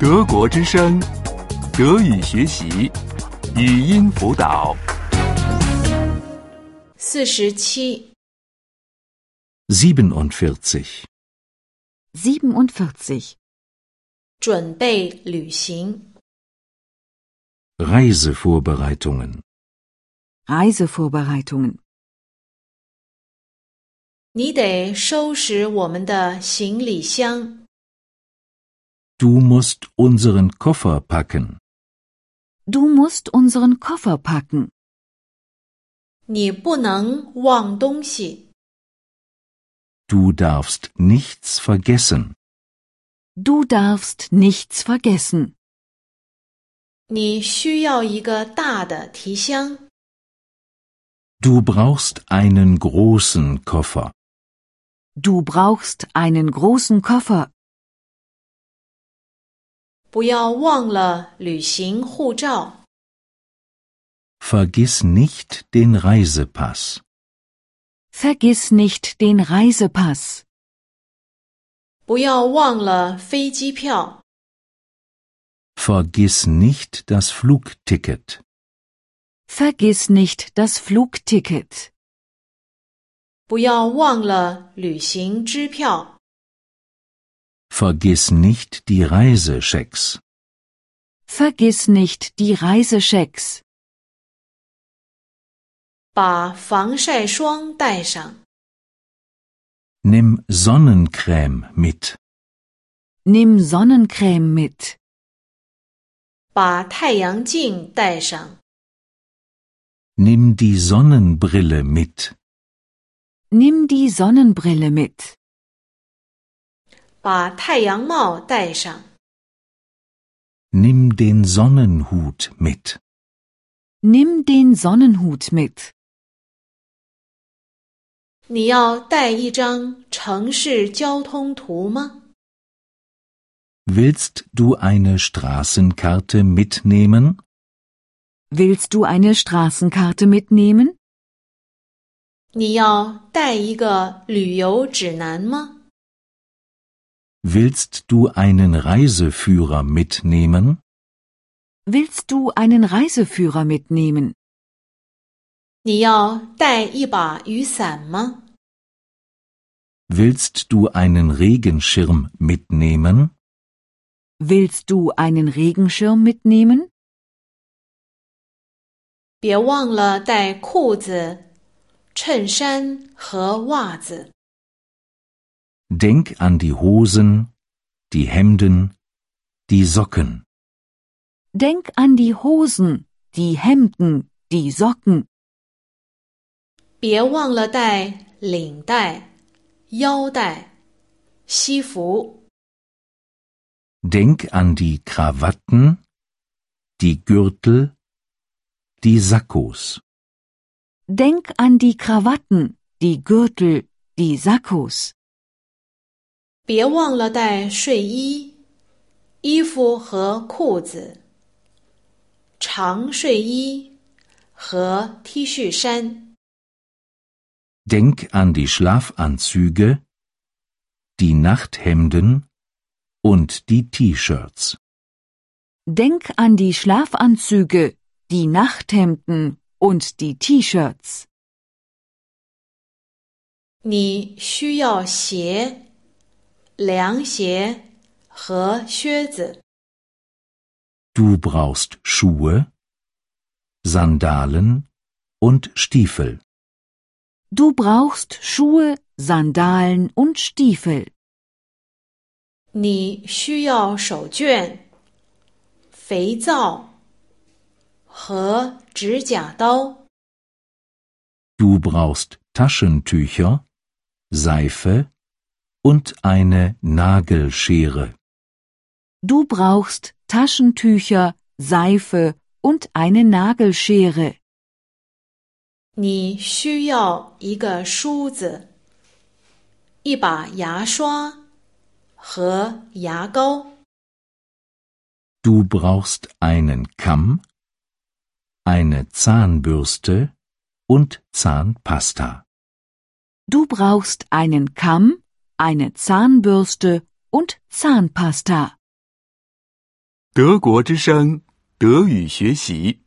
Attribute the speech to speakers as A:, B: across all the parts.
A: 德国之声，德语学习，语音辅导。
B: 四十七，
C: 47.
D: 47.
B: 准备旅行。
C: Reisevorbereitungen.
D: Reisevorbereitungen.
B: 你得收拾我们的行李箱。
C: Du musst unseren Koffer packen.
D: Du musst unseren Koffer packen.
B: 你不能忘东西。
C: Du darfst nichts vergessen.
D: Du darfst nichts vergessen.
B: 你需要一个大的提箱。
C: Du brauchst einen großen Koffer.
D: Du brauchst einen großen Koffer.
B: 不要忘了旅行护照。
C: Vergiss nicht den Reisepass.
D: Vergiss nicht den Reisepass.
B: 不要忘了飞机票。
C: Vergiss nicht das Flugticket.
D: Vergiss nicht das Flugticket.
B: 不要忘了旅行支票。
C: Vergiss nicht die Reisechecks.
D: Vergiss nicht die Reisechecks.
B: 把防晒霜带上。
C: Nimm Sonnencreme mit.
D: Nimm Sonnencreme mit.
B: 把太阳镜带上。
C: Nimm die Sonnenbrille mit.
D: Nimm die Sonnenbrille mit.
B: 把太阳帽带上。
C: Nimm den Sonnenhut mit.
D: Nimm den Sonnenhut mit.
B: 你要带一张城市交通图吗？
C: Willst du eine Straßenkarte mitnehmen?
D: Willst du eine Straßenkarte mitnehmen?
B: 你要带一个旅游指南吗？
C: Willst du einen Reiseführer mitnehmen?
D: Willst du einen Reiseführer mitnehmen?
B: 你要带一把雨伞吗？
C: Willst du einen Regenschirm mitnehmen?
D: Willst du einen Regenschirm mitnehmen?
B: 别忘了带裤子、衬衫和袜子。
C: Denk an die Hosen, die Hemden, die Socken.
D: Denk an die Hosen, die Hemden, die Socken.
B: 别忘了带领带、腰带、西服。
C: Denk an die Krawatten, die Gürtel, die Sakkos.
D: Denk an die Krawatten, die Gürtel, die Sakkos.
B: 别忘了带睡衣、衣服和裤子、长睡衣和 T 恤衫。
C: Denk an die Schlafanzüge, die Nachthemden und die T-Shirts.
D: Denk an die Schlafanzüge, die Nachthemden und die T-Shirts.
B: 你需要鞋、凉鞋和靴子。
C: Du brauchst Schuhe, Sandalen und Stiefel.
D: Du brauchst Schuhe, Sandalen und Stiefel.
B: 你需要手绢、肥皂和指甲刀。
C: Du brauchst Taschentücher, Seife und eine Nagelschere.
D: Du brauchst Taschentücher, Seife und eine Nagelschere.
B: 你需要一个梳子、一把牙刷和牙膏。
C: Du brauchst einen Kamm, eine Zahnbürste und Zahnpasta.
D: Du brauchst einen Kamm, eine Zahnbürste und Zahnpasta.
A: 德国之声德语学习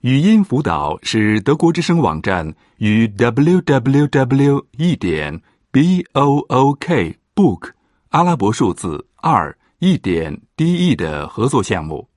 A: 语音辅导是德国之声网站与 www. 一点 b o o k book 阿拉伯数字二一点 d e 的合作项目。